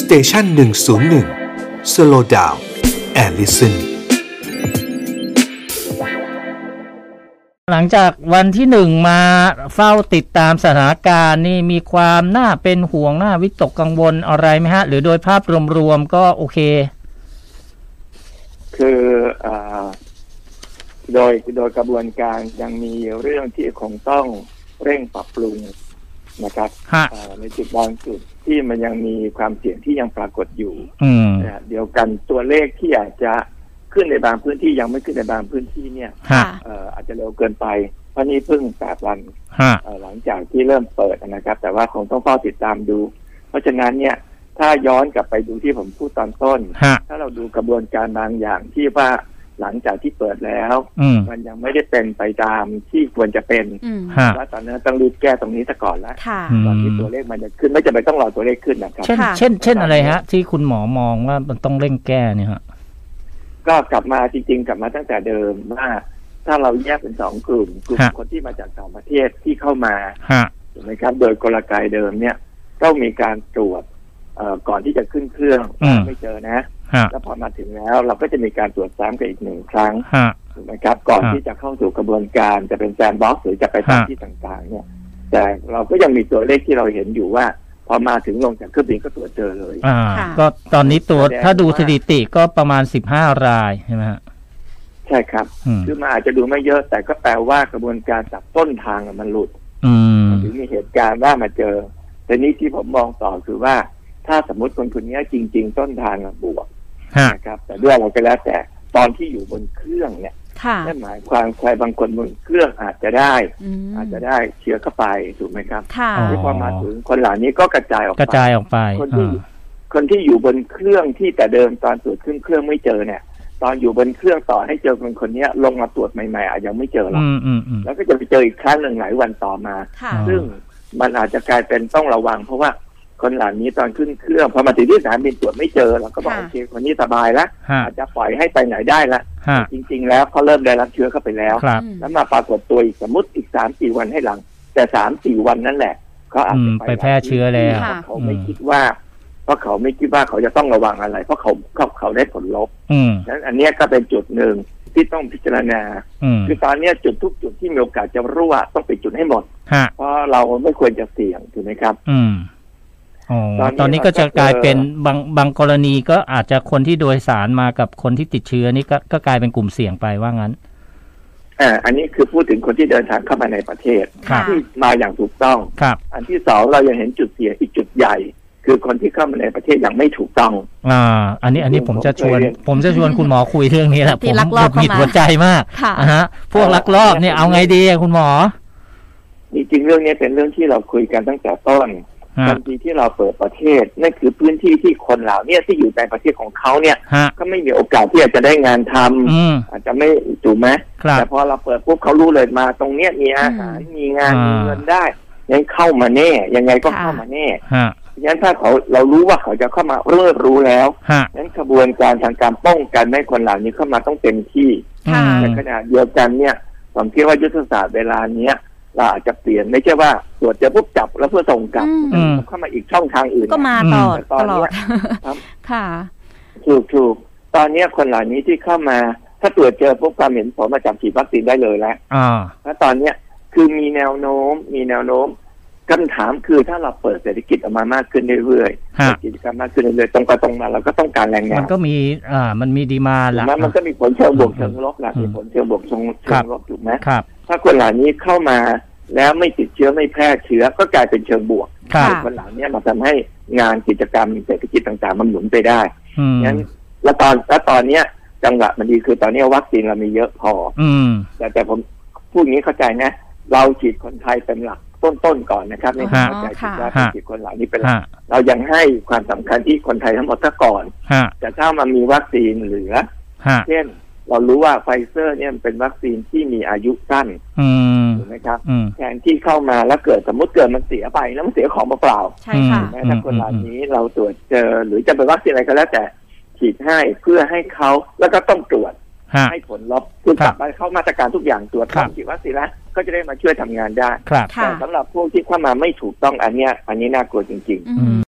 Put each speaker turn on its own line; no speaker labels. สเตชันหนึ่งศูนย์หนึ่งสโลดาวแอลลิสัน
หลังจากวันที่หนึ่งมาเฝ้าติดตามสถานการณ์นี่มีความน่าเป็นห่วงน่าวิตกกังวลอะไรไหมฮะ หรือโดยภาพรวมๆก็โอเค
คืออ่าโดยโดยกระบวนการยังมีเรื่องที่คงต้องเร่งปรับปรุงนะครับ
ฮะ
อ่าในจุดบางจุดที่มันยังมีความเสี่ยงที่ยังปรากฏอยู่
อืม
ขณะเดียวกันตัวเลขที่อาจจะขึ้นในบางพื้นที่ยังไม่ขึ้นในบางพื้นที่เนี่ย
ฮะ
เอ่ออาจจะเร็วเกินไปเพราะนี่เพิ่งแปดวัน
ฮะ
เอ่อหลังจากที่เริ่มเปิดนะครับ แต่ว่าคงต้องเฝ้าติดตามดู เพราะฉะนั้นเนี่ย ถ้าย้อนกลับไปดูที่ผมพูดตอนต้น
ฮะ
ถ้าเราดูกระบวนการบางอย่างที่ว่าหลังจากที่เปิดแล้ว
อืม
มันยังไม่ได้เป็นไปตามที่ควรจะเป็น
อืม
ฮะ
แล้วตอนนั้นต้องรีบแก้ตรงนี้ซะก่อนละ
ค่ะ
อืม
ก่อนที่ตัวเลขมันจะขึ้นไม่จำเป็นต้องรอตัวเลขขึ้นนะครับ
เช่น
ค่ะ
เช่น เช่นอะไรฮะ ที่คุณหมอมองว่ามันต้องเร่งแก้เนี่ยฮะ
ก็กลับมาจริงๆ กลับมาตั้งแต่เดิมว่าถ้าเราแยกเป็นสองกลุ่ม กลุ่ม
ฮะ
คนที่มาจากต่างประเทศที่เข้ามา
ฮะ
ถูกไหมครับโดยกลไกเดิมเนี่ยต้องมีการตรวจเอ่อก่อนที่จะขึ้นเครื่อง
อืม
ไม่เจอนะ
ฮะ
แล้วพอมาถึงแล้ว เราก็จะมีการตรวจซ้ำกันอีกหนึ่งครั้ง
ฮะ
ถูกไหมครับก่อน
ครับ
ที่จะเข้าสู่กระบวนการจะเป็นแซนด์บ็อกซ์หรือจะไปตาม
ฮะ
ที่ต่างๆ เนี่ย แต่เราก็ยังมีตัวเลขที่เราเห็นอยู่ว่า พอมาถึงลงจากเครื่องบินก็ตรวจเจอเลย
อ่า
ค่ะ
ก็ตอนนี้ตัว
แสดง
ถ้าดู
ว่า
สถิติก็ประมาณสิบห้ารายใช่ไหมฮะ
ใช่ครับ
อืม
คือมันอาจจะดูไม่เยอะ แต่ก็แปลว่ากระบวนการจากต้นทางมันหลุด
อืม
หรือมีเหตุการณ์ว่ามาเจอ แต่นี้ที่ผมมองต่อคือว่า ถ้าสมมติคนคนนี้จริง ๆ ต้นทางอะบวก
ฮะ
นะครับ แต่ด้วยอะไรก็แล้วแต่ตอนที่อยู่บนเครื่องเนี่ย
ค่ะ
นั่นหมายความใครบางคนบนเครื่องอาจจะได้
อืม
อาจจะได้เชื้อเข้าไปถูกไหมครับ
ค่ะ
อ๋อ
ที่พอมาถึงคนเหล่านี้ก็กระจายออกไป
กระจายออกไป
คนที่
อ่า
คนที่อยู่บนเครื่องที่แต่เดิมตอนตรวจขึ้นเครื่องไม่เจอเนี่ย ตอนอยู่บนเครื่องต่อให้เจอคนคนเนี้ยลงมาตรวจใหม่ๆอาจยังไม่เจอหรอก
อืมอืมอืม
แล้วก็จะไปเจออีกครั้งหนึ่งหลายวันต่อมา
ค่ะ
อ๋อ
ซึ่งมันอาจจะกลายเป็นต้องระวัง เพราะว่าคนเหล่านี้ตอนขึ้นเครื่องพอมาถึงที่สนามบินตรวจไม่เจอเราก็บอก
ค่ะ
โอเคคนนี้สบายละ
ฮะ
อาจจะปล่อยให้ไปไหนได้ละ
ฮะ
จริง ๆ แล้วเขาเริ่มได้รับเชื้อเข้าไปแล้ว
ครับ
อืม
แล้วมาปรากฏตัวอีกสมมติอีกสามสี่วันให้หลัง แต่สามสี่วันนั่นแหละเขาอาจจะ
อืมไปแพร่เชื้อแล้ว
เพ
ค่ะ
ราะเขาไม่คิดว่า เพราะเขาไม่คิดว่าเขาจะต้องระวังอะไร เพราะเขาเขาเขาได้ผลลบ
อืม
นั้นอันเนี้ยก็เป็นจุดหนึ่งที่ต้องพิจารณา
อืม
คือตอนเนี้ยจุดทุกจุดที่มีโอกาสจะรั่วต้องปิดจุดให้หมด
ฮะ
เพราะเราไม่ควรจะเสี่ยงถูกไหมครับ
อืมอ๋อต
ต
อ
อน นนี้
นี้ก็จะ
เราก็
กลายเป็น
เจอ
บางบางกรณีก็อาจจะคนที่โดยสารมากับคนที่ติดเชื้อนี่ก็ก็กลายเป็นกลุ่มเสี่ยงไปว่างั้น
อ่าอันนี้คือพูดถึงคนที่เดินทางเข้ามาในประเทศ
ครับ
ที่มาอย่างถูกต้อง
ครับ
อันที่สองเรายังเห็นจุดเสี่ยงอีกจุดใหญ่ คือคนที่เข้ามาในประเทศอย่างไม่ถูกต้อง
อ่า อันนี้อันนี้
จริง
ผ
ผม ม
จะชวน
เคยเรียน
ผมจะชวนคุณหมอคุยเรื่องนี้แหละผ
ที่
ม
ลักลอบ
หงุดหงิด
เข้ามา
หัวใจมาก
ค่ะ
นะฮะ พวกลักลอบเนี่ยเอาไงดีอะคุณหมอ
จริงๆเรื่องนี้เป็นเรื่องที่เราคุยกันตั้งแต่ต้น
ฮะ
ทันทีที่เราเปิดประเทศนั่นคือพื้นที่ที่คนเหล่าเนี้ที่อยู่ในประเทศของเขาเนี่ย
ฮะ
ก็ไม่มีโอกาสที่อาจจะได้งานทำ
อืม
อาจจะไม่ถูกไหม
ครับ
แต่พอเราเปิดปุ๊บเขารู้เลยมา ตรงเนี้ยมีอาหารมีงาน
อ่ามี
มีเงินได้ยังเข้ามาแน่ยังไงก็เข้ามาแน่
ฮะ
เพราะฉะนั้นถ้าเขาเรารู้ว่าเขาจะเข้ามาเริ่มรู้แล้ว
ฮะ
นั้นกระบวนการทางการป้องกันไม่ให้คนเหล่านี้เข้ามาต้องเต็มที่
ค่ะ
อื
แต่
ม
ขณะเดียวกันเนี่ยผมคิดว่ายุทธศาสตร์เวลาเนี้ยเราอาจจะเปลี่ยนไม่ใช่ว่าตรวจเจอปุ๊บจับแล้วเพื่อส่งกลับ
อืม
เข้ามาอีกช่องทางอื่น
ก็มาตลอด
อืม
ตลอด
ครับ
ค่ะ
ถูกถูกตอนเนี้ยคนเหล่านี้ที่เข้ามา ถ้าตรวจเจอปุ๊บความเห็นผลมาจับฉีดวัคซีนได้เลยแล้ว
อ่า
ถ้าตอนเนี้ยคือมีแนวโน้ม มีแนวโน้มคำถามคือถ้าเราเปิดเศรษฐกิจออกมามากขึ้นเรื่อยๆ
ฮะ
เปิดกิจกรรมมากขึ้นเรื่อยๆตรงไปตรงมาเราก็ต้องการแรงงา
มัน
น
ก็มี อ่า มันมีดีมาละ
มันมันก็มีผลเชิงบวกเชิงลบนะ
อืม
มีผลเชิงบวกเชิง
ครับ
ลบถูกไหม
ครับ
ถ้าคนเหล่านี้เข้ามาแล้วไม่ติดเชื้อไม่แพร่เชื้อก็กลายเป็นเชิงบวก
ครับ
ค่ะ
คนเหล่านี้มาทำให้งานกิจกรรมเศรษฐกิจต่างๆ มันหมุนไปได้
อืม
งั้นและตอนและตอนเนี้ยจังหวะมันดีคือตอนเนี้ยวัคซีนเรามีเยอะพอ
อืม
แต่แต่ผมพูดอย่างนี้เข้าใจนะ เราฉีดคนไทยเป็นหลักต้นๆก่อนนะครับในการ
ฮะ
เข้าใจฉีดวั
ฮะ
คฉีดคนเหล่านี้เป็นหลั
ฮะ
กเรายังให้ความสำคัญที่คนไทยทั้งหมดซะก่อน
ฮะ
แต่ถ้ามันมีวัคซีนเหลือ
ฮะ
เช่น เรารู้ว่าไฟเซอร์เนี่ยมันเป็นวัคซีนที่มีอายุสั้น
อืม
ถูกไหมครับ
อืม
แทนที่เข้ามาแล้วเกิดสมมติเกิดมันเสียไปแล้วมันเสียของเปล่า
ใช่ค่ะ
ๆแม้
อืม
ถ้าคนเหล่า
อืม
นี้เราตรวจเจอหรือจะเป็นวัคซีนอะไรก็แล้วแต่ฉีดให้เพื่อให้เขาแล้วก็ต้องตรวจ
ฮะ
ให้ผลลบคือก
ค
ลั
รับ บ
มาเข้ามาตรการทุกอย่างตรวจ
ครับ
ทำฉีดวัคซีนแล้วก็จะได้มาช่วยทำงานได้
ครับ
ค่ะ
แต่สำหรับพวกที่เข้ามาไม่ถูกต้องอันเนี้ยอันนี้น่ากลัวจริงๆ
อืม